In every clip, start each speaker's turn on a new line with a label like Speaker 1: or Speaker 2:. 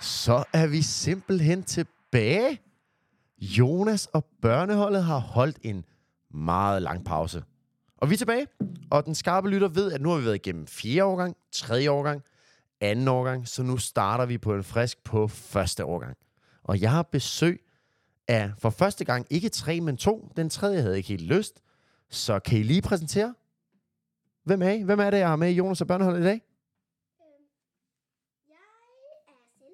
Speaker 1: Så er vi simpelthen tilbage. Jonas og børneholdet har holdt en meget lang pause. Og vi er tilbage, og den skarpe lytter ved, at nu har vi været igennem fjerde årgang, tredje årgang, anden årgang, så nu starter vi på en frisk på første årgang. Og jeg har besøg af for første gang ikke tre, men to. Den tredje havde ikke helt lyst. Så kan I lige præsentere? Hvem er I? Hvem er det, jeg har med i Jonas og børneholdet i dag?
Speaker 2: er Selma.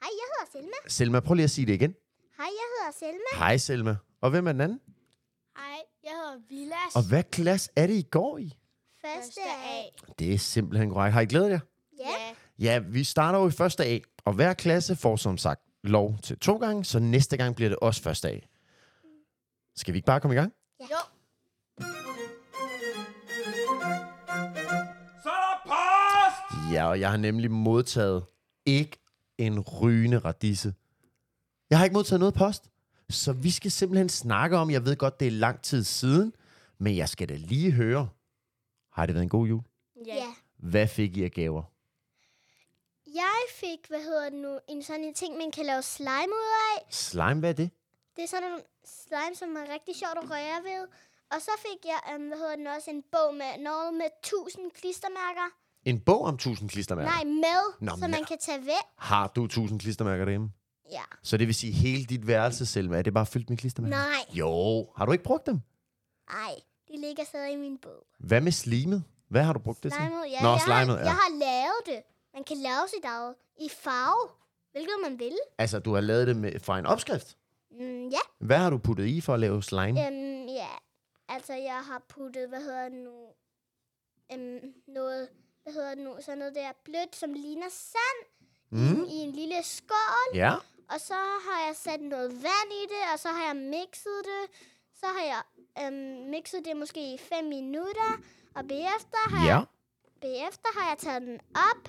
Speaker 2: Hej, jeg hedder Selma.
Speaker 1: Selma, prøv lige at sige det igen.
Speaker 2: Hej, jeg hedder Selma.
Speaker 1: Hej Selma. Og hvem er den anden?
Speaker 2: Hej, jeg hedder Vilas.
Speaker 1: Og hvad klasse er det, I går i?
Speaker 2: Første A.
Speaker 1: Det er simpelthen korrekt. Har I glædet jer?
Speaker 2: Ja.
Speaker 1: Ja, vi starter jo i første A, og hver klasse får som sagt lov til to gange, så næste gang bliver det også første A. Skal vi ikke bare komme i gang?
Speaker 2: Jo.
Speaker 3: Så er der post!
Speaker 1: Ja, og jeg har nemlig modtaget ikke en rygende radisse. Jeg har ikke modtaget noget post, så vi skal simpelthen snakke om, jeg ved godt, det er lang tid siden, men jeg skal da lige høre. Har det været en god jul?
Speaker 2: Ja. ja.
Speaker 1: Hvad fik I af gaver?
Speaker 2: Jeg fik, hvad hedder det nu, en sådan en ting, man kan lave slime ud af.
Speaker 1: Slime, hvad er det?
Speaker 2: Det er sådan nogle slime, som er rigtig sjovt at røre ved. Og så fik jeg, øhm, hvad hedder den også, en bog med noget med 1000 klistermærker.
Speaker 1: En bog om 1000 klistermærker?
Speaker 2: Nej, med,
Speaker 1: Nå,
Speaker 2: som man
Speaker 1: med.
Speaker 2: kan tage væk.
Speaker 1: Har du 1000 klistermærker derhjemme?
Speaker 2: Ja.
Speaker 1: Så det vil sige, hele dit værelse, Selma, er det bare fyldt med klistermærker?
Speaker 2: Nej.
Speaker 1: Jo, har du ikke brugt dem?
Speaker 2: Ej, de ligger stadig i min bog.
Speaker 1: Hvad med slimet? Hvad har du brugt det til?
Speaker 2: Slimet, ja.
Speaker 1: Nå,
Speaker 2: jeg,
Speaker 1: slimet,
Speaker 2: har,
Speaker 1: ja.
Speaker 2: jeg har lavet det. Man kan lave sit eget i farve, hvilket man vil.
Speaker 1: Altså, du har lavet det med, fra en opskrift.
Speaker 2: Mm, ja.
Speaker 1: Hvad har du puttet i for at lave slime?
Speaker 2: Øhm, ja, altså jeg har puttet, hvad hedder det nu, øhm, noget, hvad hedder det nu, sådan noget der blødt, som ligner sand mm. i en lille skål.
Speaker 1: Ja.
Speaker 2: Og så har jeg sat noget vand i det, og så har jeg mixet det. Så har jeg øhm, mixet det måske i 5 minutter, og bagefter har,
Speaker 1: Ja.
Speaker 2: jeg, bagefter har jeg taget den op.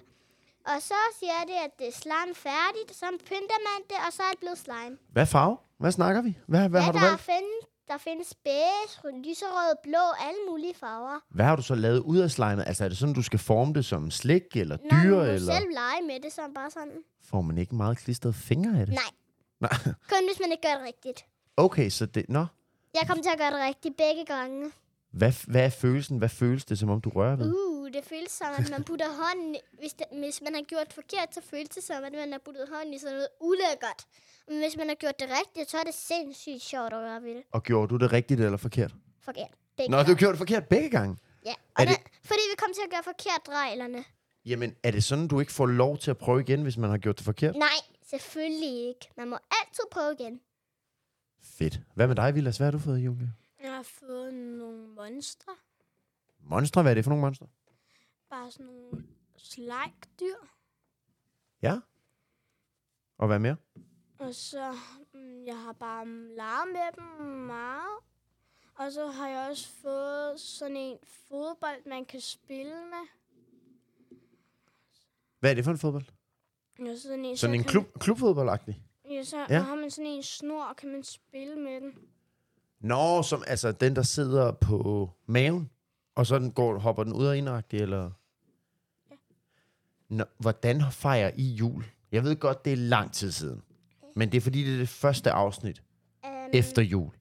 Speaker 2: Og så siger det, at det er slime færdigt, så pynter man det, og så er det blevet slime.
Speaker 1: Hvad farve? Hvad snakker vi? Hvad, hvad
Speaker 2: ja,
Speaker 1: har du
Speaker 2: der,
Speaker 1: valgt?
Speaker 2: Find, der findes beige, lyserød, blå, alle mulige farver.
Speaker 1: Hvad har du så lavet ud af slimet? Altså, er det sådan, du skal forme det som slik eller
Speaker 2: Når
Speaker 1: dyr?
Speaker 2: man må
Speaker 1: eller
Speaker 2: selv lege med det, så er det bare sådan.
Speaker 1: Får man ikke meget klistrede fingre af det?
Speaker 2: Nej,
Speaker 1: Nej.
Speaker 2: kun hvis man ikke gør det rigtigt.
Speaker 1: Okay, så det... Nå.
Speaker 2: Jeg kom til at gøre det rigtigt begge gange.
Speaker 1: Hvad, hvad er følelsen? Hvad føles det, som om du rører ved?
Speaker 2: Uh, det føles som, at man putter hånden... Hvis, det, hvis man har gjort forkert, så føles det som, at man har puttet hånden i sådan noget ulækkert. Men hvis man har gjort det rigtigt, så er det sindssygt sjovt at gøre ved det.
Speaker 1: Og gjorde du det rigtigt eller forkert?
Speaker 2: Forkert. Begge
Speaker 1: Nå, du
Speaker 2: gange.
Speaker 1: gjorde det forkert begge gange.
Speaker 2: Ja, og
Speaker 1: Er
Speaker 2: det...
Speaker 1: det-
Speaker 2: fordi vi kom til at gøre forkert reglerne.
Speaker 1: Jamen, er det sådan, du ikke får lov til at prøve igen, hvis man har gjort det forkert?
Speaker 2: Nej, selvfølgelig ikke. Man må altid prøve igen.
Speaker 1: Fedt. Hvad med dig, Vilas? Hvad har du fået i julegave?
Speaker 4: Jeg har fået nogle monstre.
Speaker 1: Monstre, hvad er det for nogle monstre?
Speaker 4: Bare sådan nogle slægdyr.
Speaker 1: Ja. Og hvad mere?
Speaker 4: Og så mm, jeg har bare mm, leget med dem meget. Og så har jeg også fået sådan en fodbold, man kan spille med.
Speaker 1: Hvad er det for en fodbold?
Speaker 4: Og sådan
Speaker 1: Sådan
Speaker 4: en, så
Speaker 1: en
Speaker 4: kan
Speaker 1: klub, klubfodboldagtig?
Speaker 4: Man, ja, så
Speaker 1: Ja.
Speaker 4: ja. har man sådan en snor, og kan man spille med den.
Speaker 1: Nå, som altså den, der sidder på maven, og så den går, hopper den ud og indagtig, eller? Nå, hvordan fejrer I jul? Jeg ved godt, det er lang tid siden. Men det er fordi, det er det første afsnit
Speaker 2: Um,
Speaker 1: efter jul.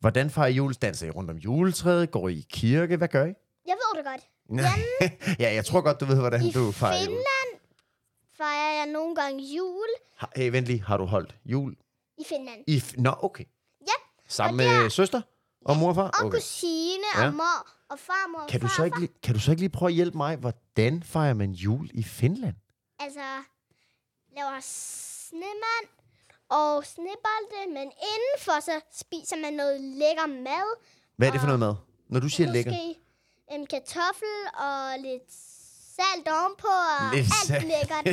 Speaker 1: Hvordan fejrer I jul? Danser I rundt om juletræet? Går I i kirke? Hvad gør I?
Speaker 2: Jeg ved det godt.
Speaker 1: ja, jeg tror godt, du ved, hvordan
Speaker 2: I
Speaker 1: du fejrer jul.
Speaker 2: Finland fejrer jeg nogle gange jul
Speaker 1: Har- Hey, vent lige. Har du holdt jul?
Speaker 2: i Finland.
Speaker 1: I f- Nå, okay.
Speaker 2: Ja,
Speaker 1: Sammen
Speaker 2: og der-
Speaker 1: med søster og mor og far?
Speaker 2: Og
Speaker 1: Okay.
Speaker 2: kusine
Speaker 1: Ja.
Speaker 2: og mor og farmor og
Speaker 1: Kan du, så
Speaker 2: farfar.
Speaker 1: ikke, lige- kan du så ikke lige prøve at hjælpe mig? Hvordan fejrer man jul i Finland?
Speaker 2: Altså, laver snemand og snebolde, men indenfor så spiser man noget lækker mad.
Speaker 1: Hvad er det for noget mad? Når du siger lækker.
Speaker 2: Ah, Måske en kartoffel og lidt salt ovenpå og
Speaker 1: Lidt
Speaker 2: alt
Speaker 1: salt.
Speaker 2: lækkert.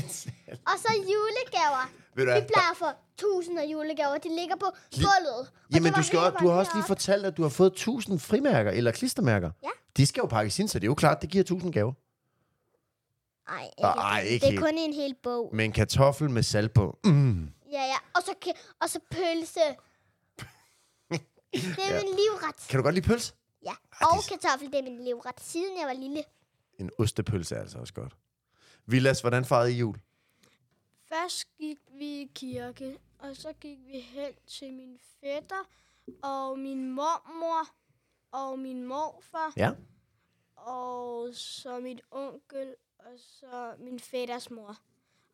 Speaker 2: Og så julegaver.
Speaker 1: Ved du
Speaker 2: Vi
Speaker 1: hvad?
Speaker 2: plejer for tusinder af julegaver. De ligger på gulvet. Og det
Speaker 1: Jamen,
Speaker 2: var
Speaker 1: du, skal,
Speaker 2: hele
Speaker 1: også- du har
Speaker 2: vejen
Speaker 1: også lige
Speaker 2: herop.
Speaker 1: fortalt, at du har fået 1000 frimærker eller klistermærker.
Speaker 2: Ja.
Speaker 1: De skal jo pakkes ind, så det er jo klart, det giver 1000 gaver.
Speaker 2: Ej,
Speaker 1: Ej,
Speaker 2: helt.
Speaker 1: ikke
Speaker 2: Det er
Speaker 1: helt. Mm.
Speaker 2: kun en hel bog.
Speaker 1: Med en kartoffel med salt på. Mm.
Speaker 2: Ja, ja. Og så, ke- og så pølse. Det er
Speaker 1: Ja.
Speaker 2: min livret.
Speaker 1: Kan du godt lide pølse?
Speaker 2: Ja.
Speaker 1: det
Speaker 2: Og
Speaker 1: er s-
Speaker 2: kartoffel, det er min livret, siden jeg var lille.
Speaker 1: En ostepølse er altså også godt. Vilas, hvordan fejrede I jul?
Speaker 4: Først gik vi i kirke, og så gik vi hen til min fætter og min mormor og min morfar
Speaker 1: Ja.
Speaker 4: og så mit onkel og så min fætters mor.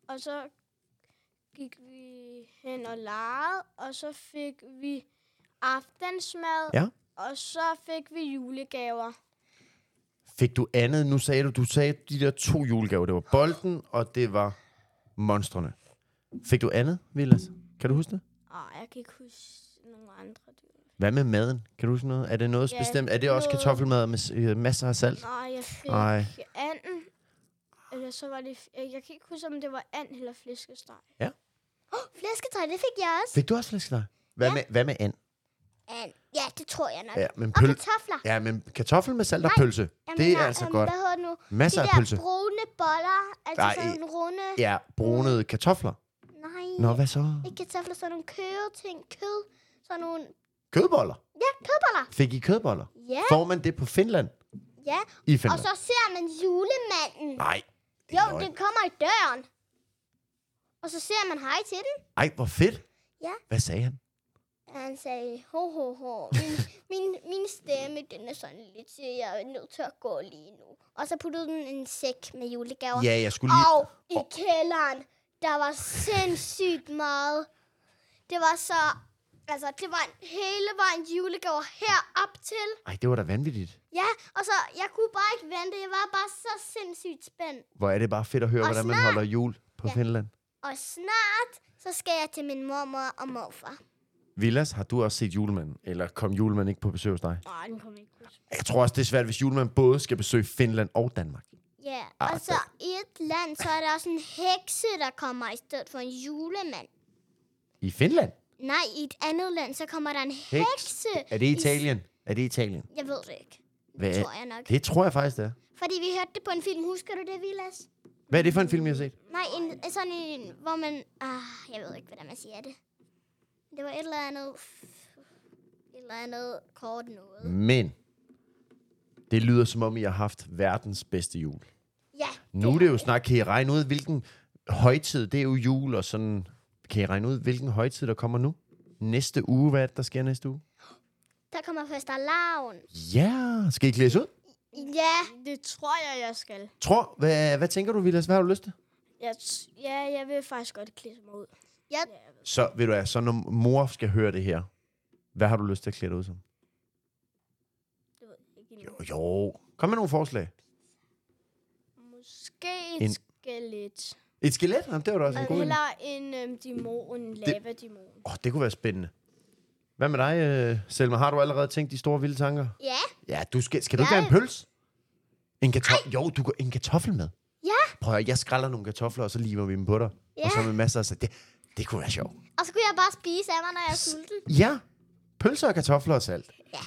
Speaker 4: Og så gik vi hen og legede, og så fik vi aftensmad,
Speaker 1: Ja.
Speaker 4: og så fik vi julegaver.
Speaker 1: Fik du andet? Nu sagde du, du sagde de der to julegaver. Det var bolden, og det var monstrene. Fik du andet, Vilas? Kan du huske det?
Speaker 4: Og jeg kan ikke huske nogle andre dyr.
Speaker 1: Hvad med maden? Kan du huske noget? Er det noget
Speaker 4: Ja,
Speaker 1: bestemt? Er det også
Speaker 4: noget-
Speaker 1: kartoffelmad med s- øh, masser af salt?
Speaker 4: Nej, jeg fik
Speaker 1: Ej.
Speaker 4: anden. Eller så var det... Jeg jeg kan ikke huske, om det var and eller flæskesteg.
Speaker 2: Flæsketøj, det fik jeg også.
Speaker 1: Fik du også flæskesteg? Hvad, ja. med, hvad med and?
Speaker 2: And. Ja, det tror jeg nok.
Speaker 1: Ja, men,
Speaker 2: Altså, Og
Speaker 1: pøl...
Speaker 2: kartofler.
Speaker 1: ja, men kartoffel med salt og pølse.
Speaker 2: Jamen,
Speaker 1: Det er
Speaker 2: nej,
Speaker 1: altså
Speaker 2: øhm,
Speaker 1: godt.
Speaker 2: Hvad hedder det nu? De
Speaker 1: Masser af
Speaker 2: der
Speaker 1: pølse.
Speaker 2: brune boller. Altså
Speaker 1: Nej,
Speaker 2: sådan nogle runde...
Speaker 1: Ja, brunede kartofler.
Speaker 2: Nej,
Speaker 1: Nå, hvad så?
Speaker 2: ikke kartofler, sådan nogle køreting. Kød. Sådan nogle...
Speaker 1: Kødboller.
Speaker 2: Ja, kødboller.
Speaker 1: Fik I kødboller?
Speaker 2: Ja,
Speaker 1: Får man det på Finland?
Speaker 2: ja.
Speaker 1: I
Speaker 2: Og
Speaker 1: Finland?
Speaker 2: så ser man julemanden.
Speaker 1: Nej. det er
Speaker 2: Jo,
Speaker 1: løgn.
Speaker 2: den kommer i døren. Og så ser man hej til den.
Speaker 1: Ej, hvor fedt.
Speaker 2: Ja.
Speaker 1: Hvad sagde han?
Speaker 2: Og han sagde, ho, ho, ho. Min, min, min stemme, den er sådan lidt, så jeg er nødt til at gå lige nu. Og så puttede den en sæk med julegaver.
Speaker 1: Ja, jeg skulle lige...
Speaker 2: Og i kælderen, der var sindssygt meget. Det var så... Altså, det var en, hele vejen julegaver herop til.
Speaker 1: Ej, det var da vanvittigt.
Speaker 2: Ja, og så, jeg kunne bare ikke vente. Jeg var bare så sindssygt spændt.
Speaker 1: Hvor er det bare fedt at høre,
Speaker 2: Og
Speaker 1: hvordan man
Speaker 2: snart-
Speaker 1: holder jul på
Speaker 2: Ja.
Speaker 1: Finland.
Speaker 2: Og snart, så skal jeg til min mormor og morfar.
Speaker 1: Villas, har du også set julemanden? Eller kom julemanden ikke på besøg hos dig?
Speaker 4: Nej, den kom ikke.
Speaker 1: Jeg tror også, det er svært, hvis julemanden både skal besøge Finland og Danmark.
Speaker 2: Ja,
Speaker 1: Ah,
Speaker 2: og så i et land, så er der også en hekse, der kommer i stedet for en julemand.
Speaker 1: I Finland?
Speaker 2: Nej, i et andet land, så kommer der en
Speaker 1: Heks.
Speaker 2: hekse.
Speaker 1: Er det Italien? Er det Italien?
Speaker 2: Jeg ved det ikke.
Speaker 1: Hvad?
Speaker 2: Tror jeg nok.
Speaker 1: Det tror jeg faktisk, det er.
Speaker 2: Fordi vi hørte det på en film. Husker du det, Vilas?
Speaker 1: Hvad er det for en film, jeg har set?
Speaker 2: Nej, en, sådan en, hvor man... Ah, jeg ved ikke, hvordan man siger det. Det var et eller andet... Et eller andet kort noget.
Speaker 1: Men det lyder som om, I har haft verdens bedste jul.
Speaker 2: Ja.
Speaker 1: Nu er det jo snart, kan I regne ud, hvilken højtid, det er jo jul og sådan. Kan I regne ud, hvilken højtid, der kommer nu? Næste uge, hvad er det, der sker næste uge?
Speaker 2: Der kommer først alarm.
Speaker 1: Ja, skal I klædes ud?
Speaker 2: Ja.
Speaker 4: Det tror jeg, jeg skal.
Speaker 1: Tror, hvad, hvad tænker du, Vilas? Hvad har du lyst til?
Speaker 4: Jeg t- ja, jeg vil faktisk godt klæde mig ud.
Speaker 2: Jeg,
Speaker 1: Så ved du hvad, så når mor skal høre det her, hvad har du lyst til at klæde dig ud som?
Speaker 4: Det ved jeg ikke
Speaker 1: Jo,
Speaker 4: endnu.
Speaker 1: jo. Kom med nogle forslag.
Speaker 4: Måske et
Speaker 1: En-
Speaker 4: en... skelet.
Speaker 1: Et skelet? Jamen, det var da også en god idé.
Speaker 4: Eller en øhm, dæmon, en lavadæmon.
Speaker 1: Åh, det kunne være spændende. Hvad med dig, øh, Selma? Har du allerede tænkt de store vilde tanker?
Speaker 2: ja.
Speaker 1: Ja, du skal, skal du ikke
Speaker 2: Jeg-
Speaker 1: have en pøls? En kartoffel? Jo, du går en kartoffel med.
Speaker 2: Ja.
Speaker 1: Prøv at, høre, jeg skræller nogle kartofler, og så limer vi dem på dig.
Speaker 2: Ja.
Speaker 1: Og så med masser af... salt. Det, det kunne være sjovt.
Speaker 2: Og så kunne jeg bare spise af mig, når jeg er sulten.
Speaker 1: Ja. Pølser og kartofler og salt.
Speaker 2: Ja.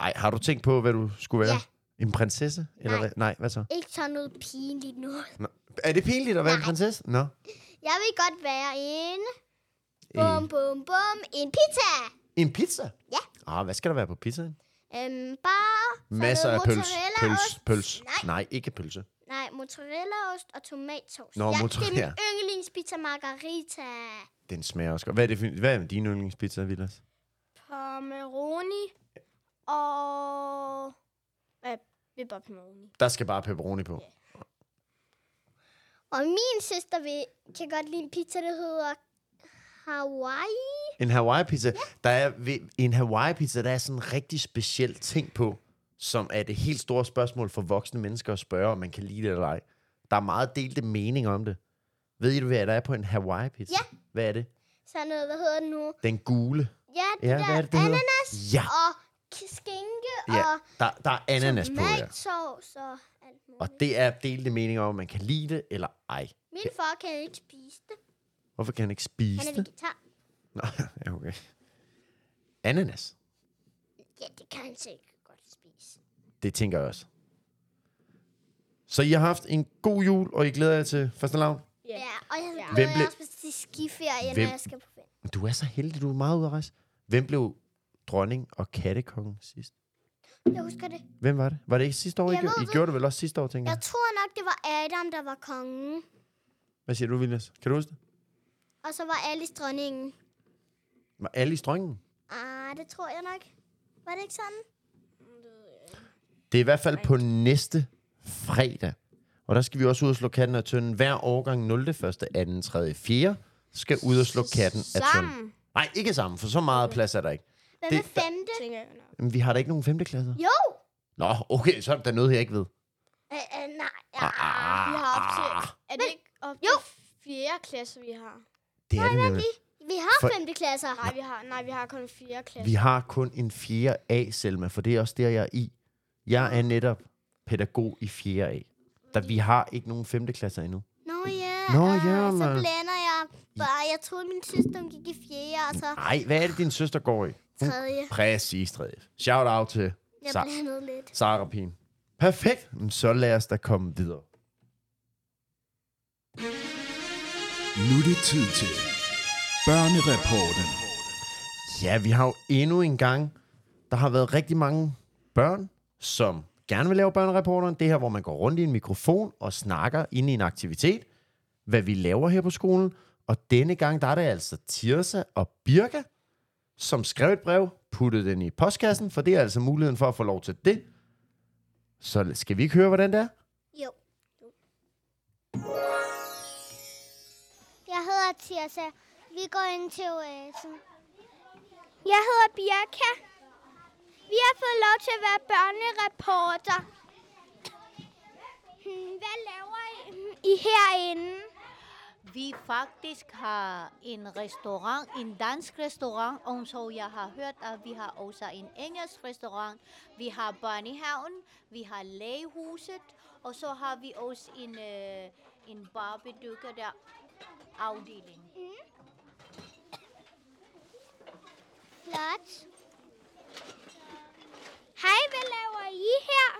Speaker 1: Ej, har du tænkt på, hvad du skulle være?
Speaker 2: Ja.
Speaker 1: En prinsesse? Eller
Speaker 2: Nej.
Speaker 1: Hvad? Nej, hvad så?
Speaker 2: Ikke sådan noget pinligt noget.
Speaker 1: Nå. Er det pinligt at være en prinsesse? Nå.
Speaker 2: Jeg vil godt være en... Bum,
Speaker 1: Øh,
Speaker 2: bum, bum. En pizza.
Speaker 1: en pizza?
Speaker 2: Ja.
Speaker 1: Ah, hvad skal der være på pizzaen?
Speaker 2: Øhm, bare... sådan
Speaker 1: Masser af
Speaker 2: noget
Speaker 1: pøls. Pøls,
Speaker 2: mozzarellaost.
Speaker 1: pøls.
Speaker 2: Nej.
Speaker 1: Nej, ikke pølse.
Speaker 2: Nej, mozzarellaost og tomatsauce.
Speaker 1: Nå, mozzarella.
Speaker 2: Det er min yndlingspizza margarita.
Speaker 1: Den smager også godt. Hvad er, det for, hvad er din yndlingspizza, Vilas?
Speaker 4: Pomeroni og... Hvad? Det er bare pomeroni.
Speaker 1: Der skal bare pepperoni på.
Speaker 2: Og min søster vil, kan godt lide en pizza, der hedder Hawaii.
Speaker 1: En Hawaii-pizza. Ja. Der er ved, en Hawaii-pizza, der er sådan en rigtig speciel ting på, som er det helt store spørgsmål for voksne mennesker at spørge, om man kan lide det eller ej. Der er meget delte mening om det. Ved I, hvad der er på en Hawaii-pizza?
Speaker 2: Ja.
Speaker 1: Hvad er det?
Speaker 2: Sådan noget, hvad hedder det nu?
Speaker 1: Den gule.
Speaker 2: Ja, det
Speaker 1: Ja,
Speaker 2: der
Speaker 1: hvad er det, det hedder?
Speaker 2: ananas
Speaker 1: Ja,
Speaker 2: og k- skinke
Speaker 1: ja.
Speaker 2: og
Speaker 1: Der, der er ananas på, ja.
Speaker 2: tomatsauce og alt muligt.
Speaker 1: Og det er delte mening om, om man kan lide det eller ej.
Speaker 2: Min far kan ikke spise det.
Speaker 1: Hvorfor kan han ikke
Speaker 2: Han
Speaker 1: spise
Speaker 2: er
Speaker 1: det?
Speaker 2: vegetar.
Speaker 1: Nå, ja, okay. Ananas.
Speaker 2: Ja, det kan han sikkert godt spise.
Speaker 1: Det tænker jeg også. Så I har haft en god jul, og I glæder jer til fastelavn?
Speaker 4: Ja.
Speaker 2: Ja, og jeg
Speaker 4: Ja.
Speaker 1: Hvem
Speaker 2: ja. glæder
Speaker 1: blev-
Speaker 2: jeg også på til skiferie,
Speaker 1: Hvem-
Speaker 2: når jeg skal på ferie.
Speaker 1: Du er så heldig, du er meget ude at rejse. Hvem blev dronning og kattekongen sidst?
Speaker 2: Jeg husker det.
Speaker 1: Hvem var det? Var det ikke sidste år, I,
Speaker 2: Jeg
Speaker 1: gjorde?
Speaker 2: ved
Speaker 1: I
Speaker 2: det.
Speaker 1: gjorde det vel også sidste år, tænker
Speaker 2: Jeg
Speaker 1: jeg?
Speaker 2: tror nok, det var Adam, der var kongen.
Speaker 1: Hvad siger du, Viljas? Kan du huske det?
Speaker 2: Og så var Alice dronningen.
Speaker 1: Var Alice dronningen?
Speaker 2: Ah, det tror jeg nok. Var det ikke sådan?
Speaker 1: Det er i hvert fald på næste fredag. Og der skal vi også ud og slå katten af tønden. Hver årgang 0. 1., 2., 3., 4. skal ud og slå katten af tønden.
Speaker 4: Sammen,
Speaker 1: Nej, ikke sammen, for så meget plads er der ikke.
Speaker 2: Hvad
Speaker 1: Det-
Speaker 2: med femte?
Speaker 4: tænker jeg nok.
Speaker 1: Men vi har da ikke nogen 5. klasser.
Speaker 2: Jo!
Speaker 1: Nå, okay, så er der noget, jeg ikke ved.
Speaker 2: Øh, øh, nej.
Speaker 1: Ah,
Speaker 2: Ah,
Speaker 1: ah,
Speaker 4: vi har op til-
Speaker 1: ah.
Speaker 4: Er det ikke op til
Speaker 2: Jo.
Speaker 4: fjerde klasse, vi har?
Speaker 1: Det er det nemlig.
Speaker 2: vi har
Speaker 1: For-
Speaker 2: femte klasser.
Speaker 4: Nej, vi har, nej, vi har kun fjerde klasse.
Speaker 1: Vi har kun en 4. A, Selma, for det er også der, jeg er i. Jeg er netop pædagog i 4. A. Da vi har ikke nogen 5. klasser endnu.
Speaker 2: Nå ja.
Speaker 1: Nå
Speaker 2: ah,
Speaker 1: ja,
Speaker 2: Så
Speaker 1: mand.
Speaker 2: blander jeg bare. Jeg troede, min søster hun gik i fjerde, og så
Speaker 1: Nej, hvad er det, din søster går i? Hun-
Speaker 2: tredje.
Speaker 1: Præcis, 3. Shout out til
Speaker 2: Jeg
Speaker 1: Sa-
Speaker 2: blandede lidt.
Speaker 1: Sara Rapin. Perfekt. Jamen, Så lad os da komme videre.
Speaker 5: Nu er det tid til Børnereporten.
Speaker 1: Ja, vi har jo endnu en gang, der har været rigtig mange børn, som gerne vil lave børnereporteren. Det her, hvor man går rundt i en mikrofon og snakker inde i en aktivitet, hvad vi laver her på skolen. Og denne gang, der er det altså Tirsa og Birka, som skrev et brev, puttede den i postkassen, for det er altså muligheden for at få lov til det. Så skal vi ikke høre, hvordan det er?
Speaker 2: Jo. Jeg hedder Tirsa. Vi går ind til oasen. Jeg hedder Birka. Vi har fået lov til at være børnereporter. Hmm, Hvad laver I- hmm, I herinde?
Speaker 6: Vi faktisk har en restaurant, en dansk restaurant, og så jeg har hørt, at vi har også en engelsk restaurant. Vi har børnehaven, vi har lægehuset, og så har vi også en, øh, en barbedukker der afdeling.
Speaker 2: Flot. Hej, hvad laver I her?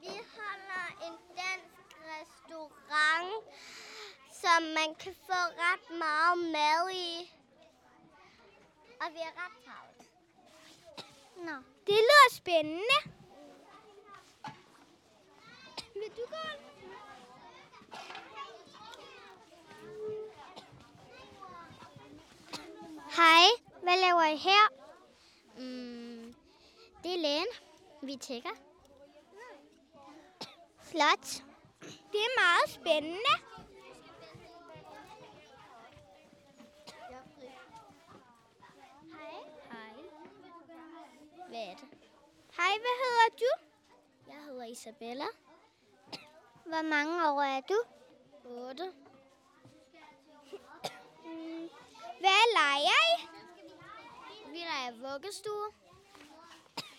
Speaker 2: Vi holder en dansk restaurant, som man kan få ret meget mad i. Og vi er ret travlt. Nå. Det lyder spændende. Vil du gå? Hej, hvad laver I her? Mm, det er lægen. Vi tjekker. Flot. Det er meget spændende. Hej. Hej. Hvad er det? Hej, hvad hedder du? Jeg hedder Isabella. Hvor mange år er du? 8. Hvad leger I? Vi leger vuggestue.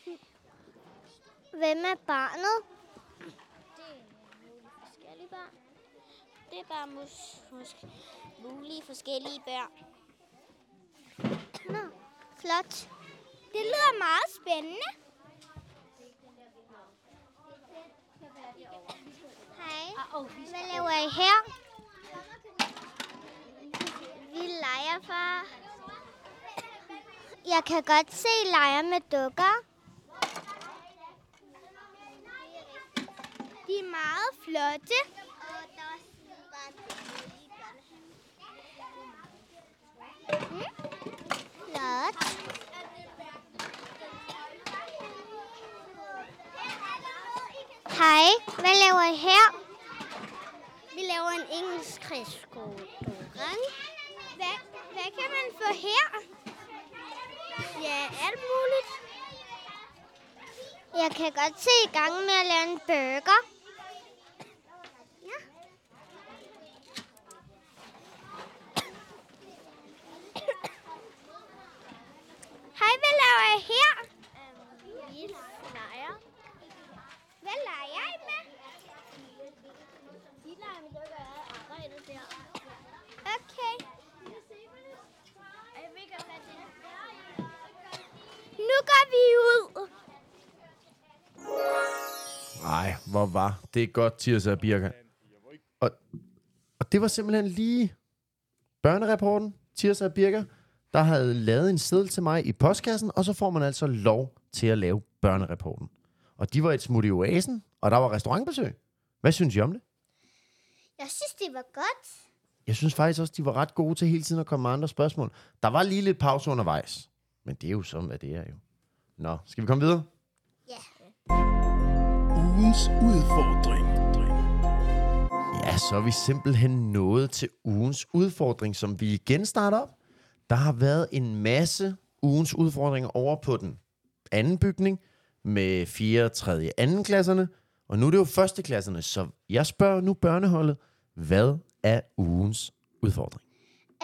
Speaker 2: Hvem er barnet? Det er nogle forskellige børn. Det er bare mus- mus- mulige forskellige børn. Nå, flot. Det lyder meget spændende. Hej. Hvad laver I her? Vi leger for... Jeg kan godt se I leger med dukker. De er meget flotte. Mm. Flot. Hej, hvad laver I her? Vi laver en engelsk restaurant. Hvad, hvad kan man få her? Ja, alt muligt. Jeg kan godt se i gang med at lave en burger. Ja. Hej, hvad laver I her? Øhm, Vi leger. Hvad leger I med? Vi leger med det, der er arbejdet der. Okay. Nu går vi ud.
Speaker 1: Nej, hvor var det godt, Tirsa og Birka. Og, og det var simpelthen lige børnereporten, Tirsa og Birka, der havde lavet en seddel til mig i postkassen, og så får man altså lov til at lave børnereporten. Og de var et smut i oasen, og der var restaurantbesøg. Hvad synes I om det?
Speaker 2: Jeg synes, det var godt.
Speaker 1: Jeg synes faktisk også, de var ret gode til hele tiden at komme med andre spørgsmål. Der var lige lidt pause undervejs. Men det er jo sådan, hvad det er jo. Nå, skal vi komme videre?
Speaker 5: Ugens udfordring.
Speaker 1: Ja, så er vi simpelthen nået til ugens udfordring, som vi igen starter op. Der har været en masse ugens udfordringer over på den anden bygning med 4. 3. 2. klasserne. Og nu er det jo førsteklasserne, så jeg spørger nu børneholdet, hvad er ugens udfordring?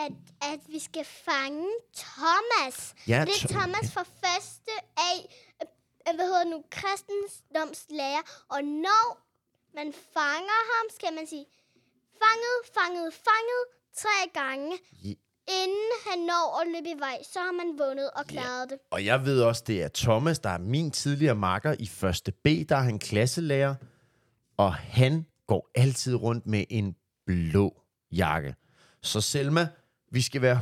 Speaker 2: At, at vi skal fange Thomas.
Speaker 1: Ja,
Speaker 2: det er
Speaker 1: Tho-
Speaker 2: Thomas fra første af, øh, hvad hedder det nu, kristendomslærer. Og når man fanger ham, skal man sige, fanget, fanget, fanget, tre gange.
Speaker 1: Je-
Speaker 2: Inden han når at løbe i vej, så har man vundet og klaret det.
Speaker 1: Og jeg ved også, det er Thomas, der er min tidligere makker i 1. B, der er han klasselærer. Og han går altid rundt med en blå jakke. Så Selma, vi skal være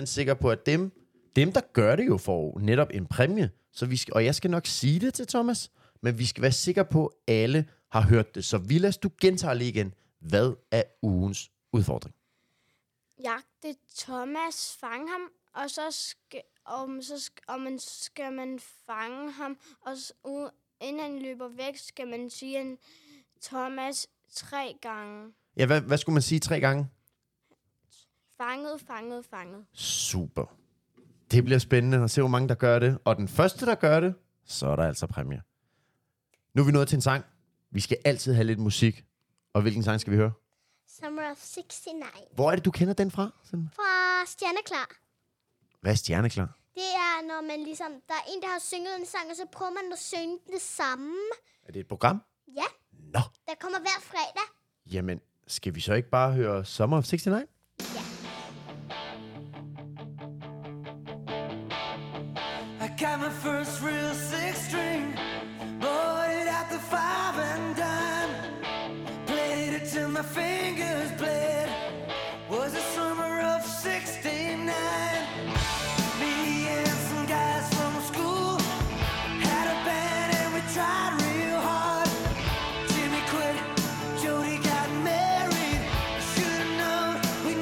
Speaker 1: 100% sikre på, at dem, dem der gør det jo, får netop en præmie. Så vi skal, og jeg skal nok sige det til Thomas, men vi skal være sikre på, at alle har hørt det. Så Vilas, du gentager lige igen, hvad er ugens udfordring?
Speaker 4: jagte Thomas, fange ham, og så skal, om, så skal, og man, skal man fange ham, og s- u- inden han løber væk, skal man sige en Thomas tre gange.
Speaker 1: Ja, hvad, hvad skulle man sige tre gange?
Speaker 4: Fanget, fanget, fanget.
Speaker 1: Super. Det bliver spændende at se, hvor mange der gør det. Og den første, der gør det, så er der altså præmie. Nu er vi nået til en sang. Vi skal altid have lidt musik. Og hvilken sang skal vi høre?
Speaker 2: Summer of 69.
Speaker 1: Hvor er det, du kender den fra? Sådan.
Speaker 2: Fra Stjerneklar.
Speaker 1: Hvad er stjerneklar?
Speaker 2: Det er, når man ligesom, der er en, der har synget en sang, og så prøver man at synge den samme.
Speaker 1: Er det et program?
Speaker 2: Ja,
Speaker 1: Nå,
Speaker 2: der kommer hver fredag.
Speaker 1: jamen, skal vi så ikke bare høre Summer of 69?
Speaker 7: I got my first real six string, bought it at the five and dime. Played it till my fingers bled. Was the summer of '69. Me and some guys from school had a band and we tried real hard. Jimmy quit, Jody got married. Should've known we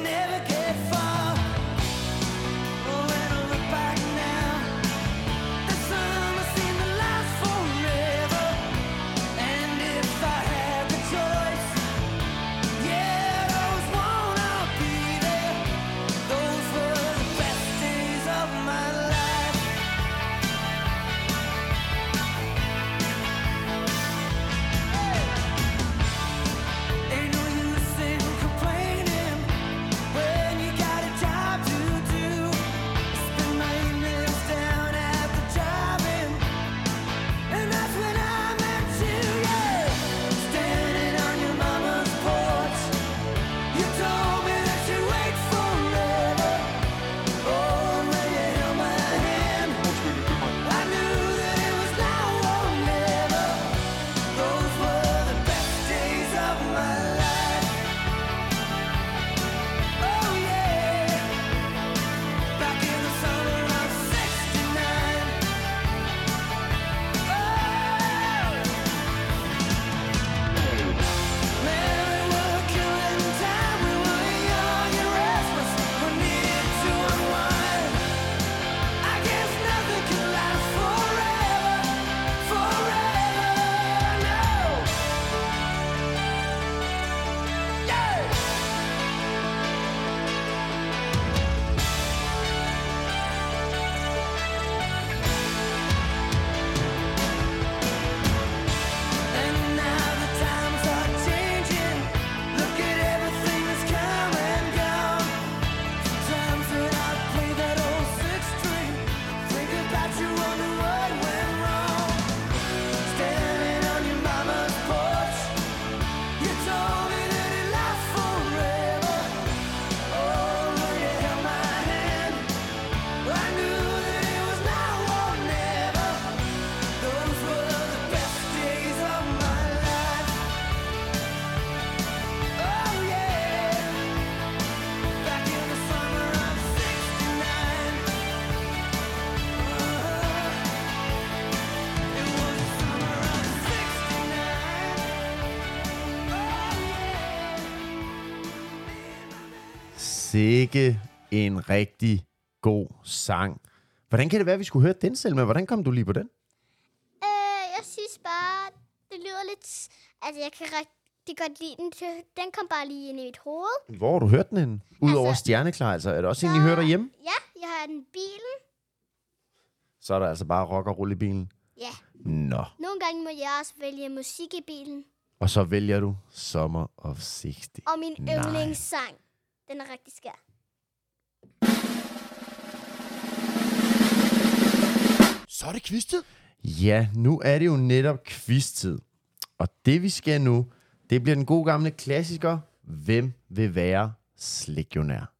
Speaker 7: Oh, Oh. Oh,
Speaker 1: Sikke en rigtig god sang. Hvordan kan det være, at vi skulle høre den, Selma? Hvordan kom du lige på den?
Speaker 2: Øh, jeg synes bare, det lyder lidt... Altså, jeg kan rigtig godt lide den. til- Den kom bare lige ind i mit hoved.
Speaker 1: Hvor har du hørt den henne? Udover altså,
Speaker 2: Altså,
Speaker 1: Stjerneklar, altså. Er det også en, I hører derhjemme?
Speaker 2: Ja, jeg har den i bilen.
Speaker 1: Så er der altså bare rock og rulle i bilen.
Speaker 2: Ja.
Speaker 1: Nå.
Speaker 2: Nogle gange må jeg også vælge musik i bilen.
Speaker 1: Og så vælger du Summer of 60.
Speaker 2: Og min
Speaker 1: Nej.
Speaker 2: yndlingssang. Den er rigtig skær.
Speaker 1: Så er det kvistet. Ja, nu er det jo netop kvisttid. Og det vi skal nu, det bliver den gode gamle klassiker. Hvem vil være slikionær?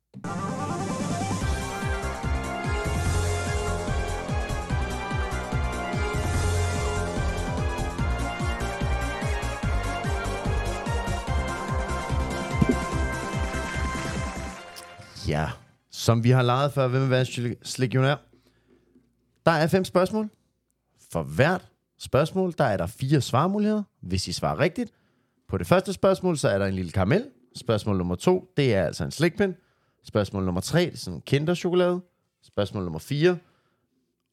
Speaker 1: Ja, som vi har lejet før, hvem vil være slik- slikionær? Der er fem spørgsmål. For hvert spørgsmål, der er der fire svarmuligheder, hvis I svarer rigtigt. På det første spørgsmål, så er der en lille karamel. Spørgsmål nummer to, det er altså en slikpind. Spørgsmål nummer tre, det er sådan en kinderchokolade. Spørgsmål nummer fire,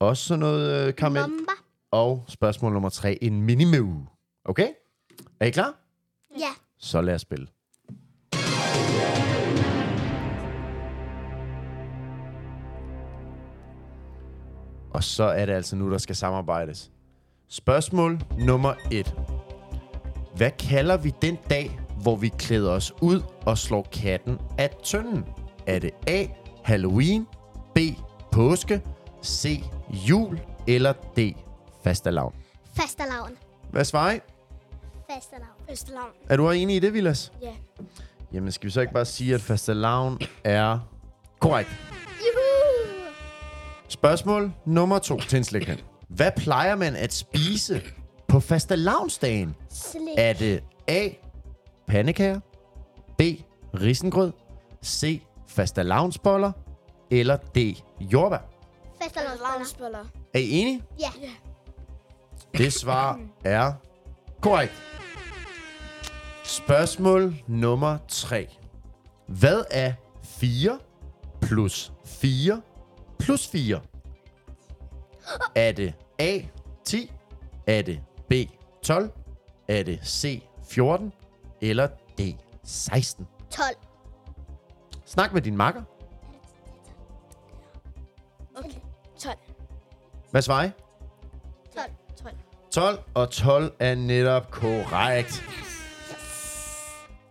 Speaker 1: også sådan noget øh, karamel.
Speaker 2: Bomba.
Speaker 1: Og spørgsmål nummer tre, en minimøv. Okay? Er I klar?
Speaker 2: Ja.
Speaker 1: Så lad os spille. Og så er det altså nu, der skal samarbejdes. Spørgsmål nummer et. Hvad kalder vi den dag, hvor vi klæder os ud og slår katten af tønden? Er det A. Halloween, B. Påske, C. Jul eller D. Fastalavn?
Speaker 2: Fastalavn.
Speaker 1: Hvad svarer I?
Speaker 2: Fastalavn.
Speaker 4: Østerlavn.
Speaker 1: Er du enig i det, Vilas?
Speaker 4: Ja.
Speaker 1: Jamen, skal vi så ikke bare sige, at fastelavn er korrekt?
Speaker 2: Juhu!
Speaker 1: Spørgsmål nummer to til en slikpind. Hvad plejer man at spise på fastelavnsdagen?
Speaker 2: Slik.
Speaker 1: Er det A. Pandekager, B. Risengrød, C. Fastelavnsboller eller D. Jordbær?
Speaker 2: Fastalavnsboller.
Speaker 4: Lavnsboller.
Speaker 1: Er I enige?
Speaker 2: Ja.
Speaker 1: Det svar er korrekt. Spørgsmål nummer 3. Hvad er 4 plus 4 plus 4? Er det A 10? Er det B 12? Er det C 14? Eller D 16?
Speaker 2: 12.
Speaker 1: Snak med din makker.
Speaker 4: Okay. 12.
Speaker 1: Hvad svarer I?
Speaker 2: 12.
Speaker 4: 12.
Speaker 1: 12 og 12 er netop korrekt.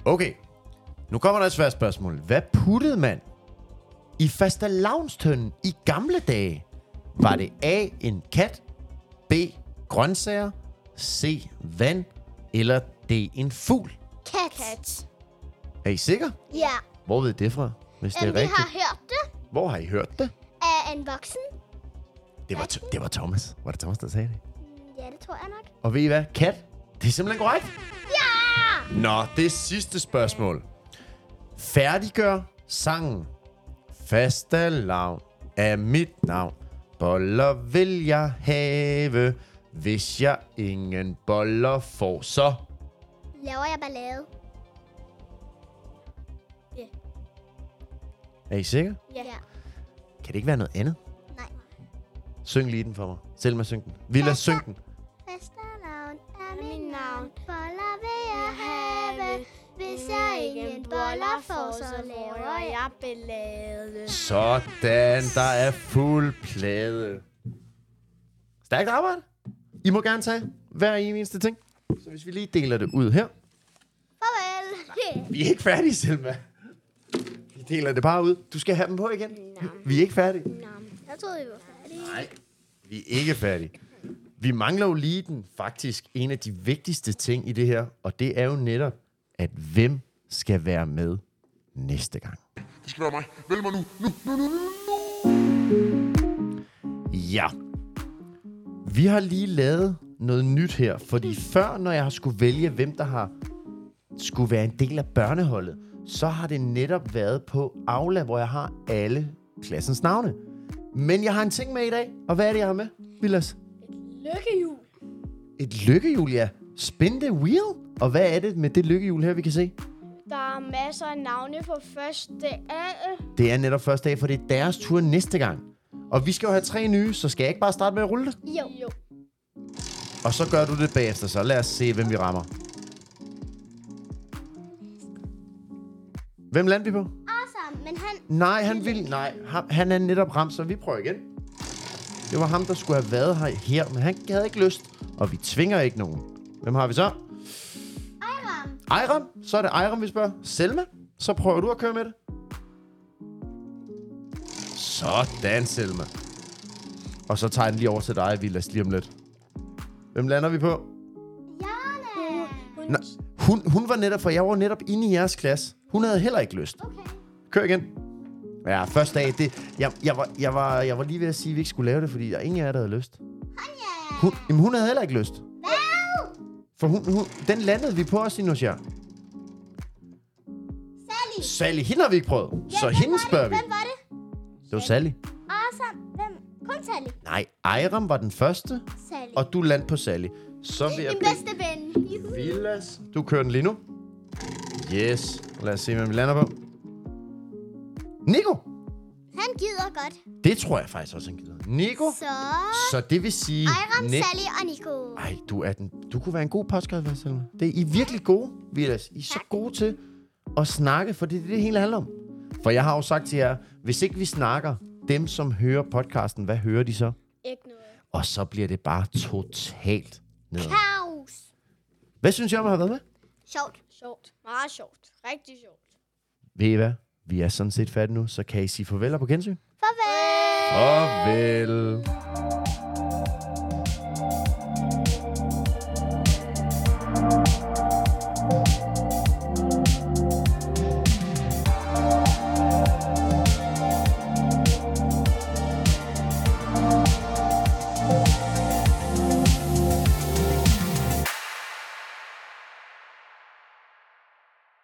Speaker 1: Okay, nu kommer der et svært spørgsmål. Hvad puttede man i fastelavnstønden i gamle dage? Var det A, en kat, B, grøntsager, C, vand eller D, en fugl?
Speaker 2: Kat.
Speaker 1: Er I sikre?
Speaker 2: Ja.
Speaker 1: Hvor ved I det fra, hvis det er
Speaker 2: Jamen, vi
Speaker 1: rigtigt?
Speaker 2: har hørt det
Speaker 1: Hvor har I hørt det?
Speaker 2: af en voksen.
Speaker 1: Det var, det var Thomas. Var det Thomas, der sagde det?
Speaker 2: Ja, det tror jeg nok.
Speaker 1: Og ved I hvad? Kat, det er simpelthen korrekt. Ja! Nå, det er sidste spørgsmål. Færdiggør sangen. Fastalavn er mit navn. Boller vil jeg have, hvis jeg ingen boller får, så...
Speaker 2: Laver jeg ballade?
Speaker 1: Er I sikre?
Speaker 2: Ja. ja.
Speaker 1: Kan det ikke være noget andet?
Speaker 2: Nej.
Speaker 1: Syng lige den for mig. Selma, syng den. Villa, syng den.
Speaker 2: Fastalavn er
Speaker 4: mit
Speaker 2: mit
Speaker 4: navn.
Speaker 2: navn. Boller vil jeg have. Hvis jeg ingen boller får, så laver jeg.
Speaker 4: belade.
Speaker 1: Sådan, der er fuld plade. Stærkt arbejde. I må gerne tage hver eneste ting. Så hvis vi lige deler det ud her.
Speaker 2: Farvel.
Speaker 1: Vi er ikke færdige, Selma. Vi deler det bare ud. Du skal have dem på igen. Vi er ikke færdige.
Speaker 2: Jeg troede, vi var færdige.
Speaker 1: Nej, vi er ikke færdige. Vi mangler jo lige den faktisk en af de vigtigste ting i det her, og det er jo netop, at hvem skal være med næste gang.
Speaker 5: Det skal være mig. Vælg mig nu. Nu, nu, nu, nu, nu.
Speaker 1: Ja. Vi har lige lavet noget nyt her, fordi før, når jeg har skulle vælge, hvem der har skulle være en del af børneholdet, så har det netop været på Aula, hvor jeg har alle klassens navne. Men jeg har en ting med i dag, og hvad er det, jeg har med, Vilas?
Speaker 4: Lykkehjul.
Speaker 1: Et lykkehjul, ja. Spin the wheel. Og hvad er det med det lykkehjul her, vi kan se?
Speaker 4: Der er masser af navne på første A.
Speaker 1: Det er netop første dag, for det er deres tur næste gang. Og vi skal jo have tre nye, så skal jeg ikke bare starte med at rulle det?
Speaker 4: Jo. jo.
Speaker 1: Og så gør du det bagefter, så lad os se, hvem vi rammer. Hvem lander vi på?
Speaker 2: Awesome, men han...
Speaker 1: Nej, han vil... Nej, ham, han er netop ramt, så vi prøver igen. Det var ham, der skulle have været her, her, men han havde ikke lyst. Og vi tvinger ikke nogen. Hvem har vi så?
Speaker 2: Ejram.
Speaker 1: Ejram. Så er det Ejram, vi spørger. Selma, så prøver du at køre med det. Sådan, Selma. Og så tager jeg den lige over til dig, Vilas, lige om lidt. Hvem lander vi på?
Speaker 2: Jørne.
Speaker 4: Hun,
Speaker 1: Nå, hun, hun var netop, for jeg var netop inde i jeres klasse. Hun havde heller ikke lyst.
Speaker 2: Okay.
Speaker 1: Kør igen. Ja, første dag, det, jeg, jeg, var, jeg, var, jeg var lige ved at sige, at vi ikke skulle lave det, fordi der er ingen af jer, der havde lyst.
Speaker 2: Anja.
Speaker 1: Hun, jamen, hun havde heller ikke lyst.
Speaker 2: Hvad?
Speaker 1: For hun, hun, den landede vi på os i Nordsjær.
Speaker 2: Sally.
Speaker 1: Sally, hende har vi ikke prøvet. så
Speaker 2: hvem
Speaker 1: hende
Speaker 2: var det?
Speaker 1: spørger vi.
Speaker 2: Hvem var det?
Speaker 1: Det var Sally.
Speaker 2: Awesome. Hvem? Kun Sally.
Speaker 1: Nej, Ejram var den første,
Speaker 2: Sally.
Speaker 1: og du landte på Sally. Så vil jeg
Speaker 2: Min bedste ven. Juhu.
Speaker 1: Vilas. Du kører den lige nu. Yes. Lad os se, hvem vi lander på. Nico!
Speaker 2: Han gider godt.
Speaker 1: Det tror jeg faktisk også, han gider. Nico.
Speaker 2: Så...
Speaker 1: Så det vil sige...
Speaker 2: Ejram,
Speaker 1: Nick-
Speaker 2: Sally og Nico.
Speaker 1: Ej, du, er den, du kunne være en god podcast, Selma. Det er I er virkelig gode, Vilas. I er så gode til at snakke, for det er det, det hele handler om. For jeg har jo sagt til jer, hvis ikke vi snakker, dem som hører podcasten, hvad hører de så?
Speaker 4: ikke noget.
Speaker 1: Og så bliver det bare totalt ned.
Speaker 2: Kaos.
Speaker 1: Hvad synes jeg om at have været med?
Speaker 2: Sjovt.
Speaker 4: Sjovt. Meget sjovt. Rigtig sjovt.
Speaker 1: Ved I hvad? Vi er sådan set færdige nu, så kan I sige farvel og på gensyn.
Speaker 2: Farvel.
Speaker 1: Farvel.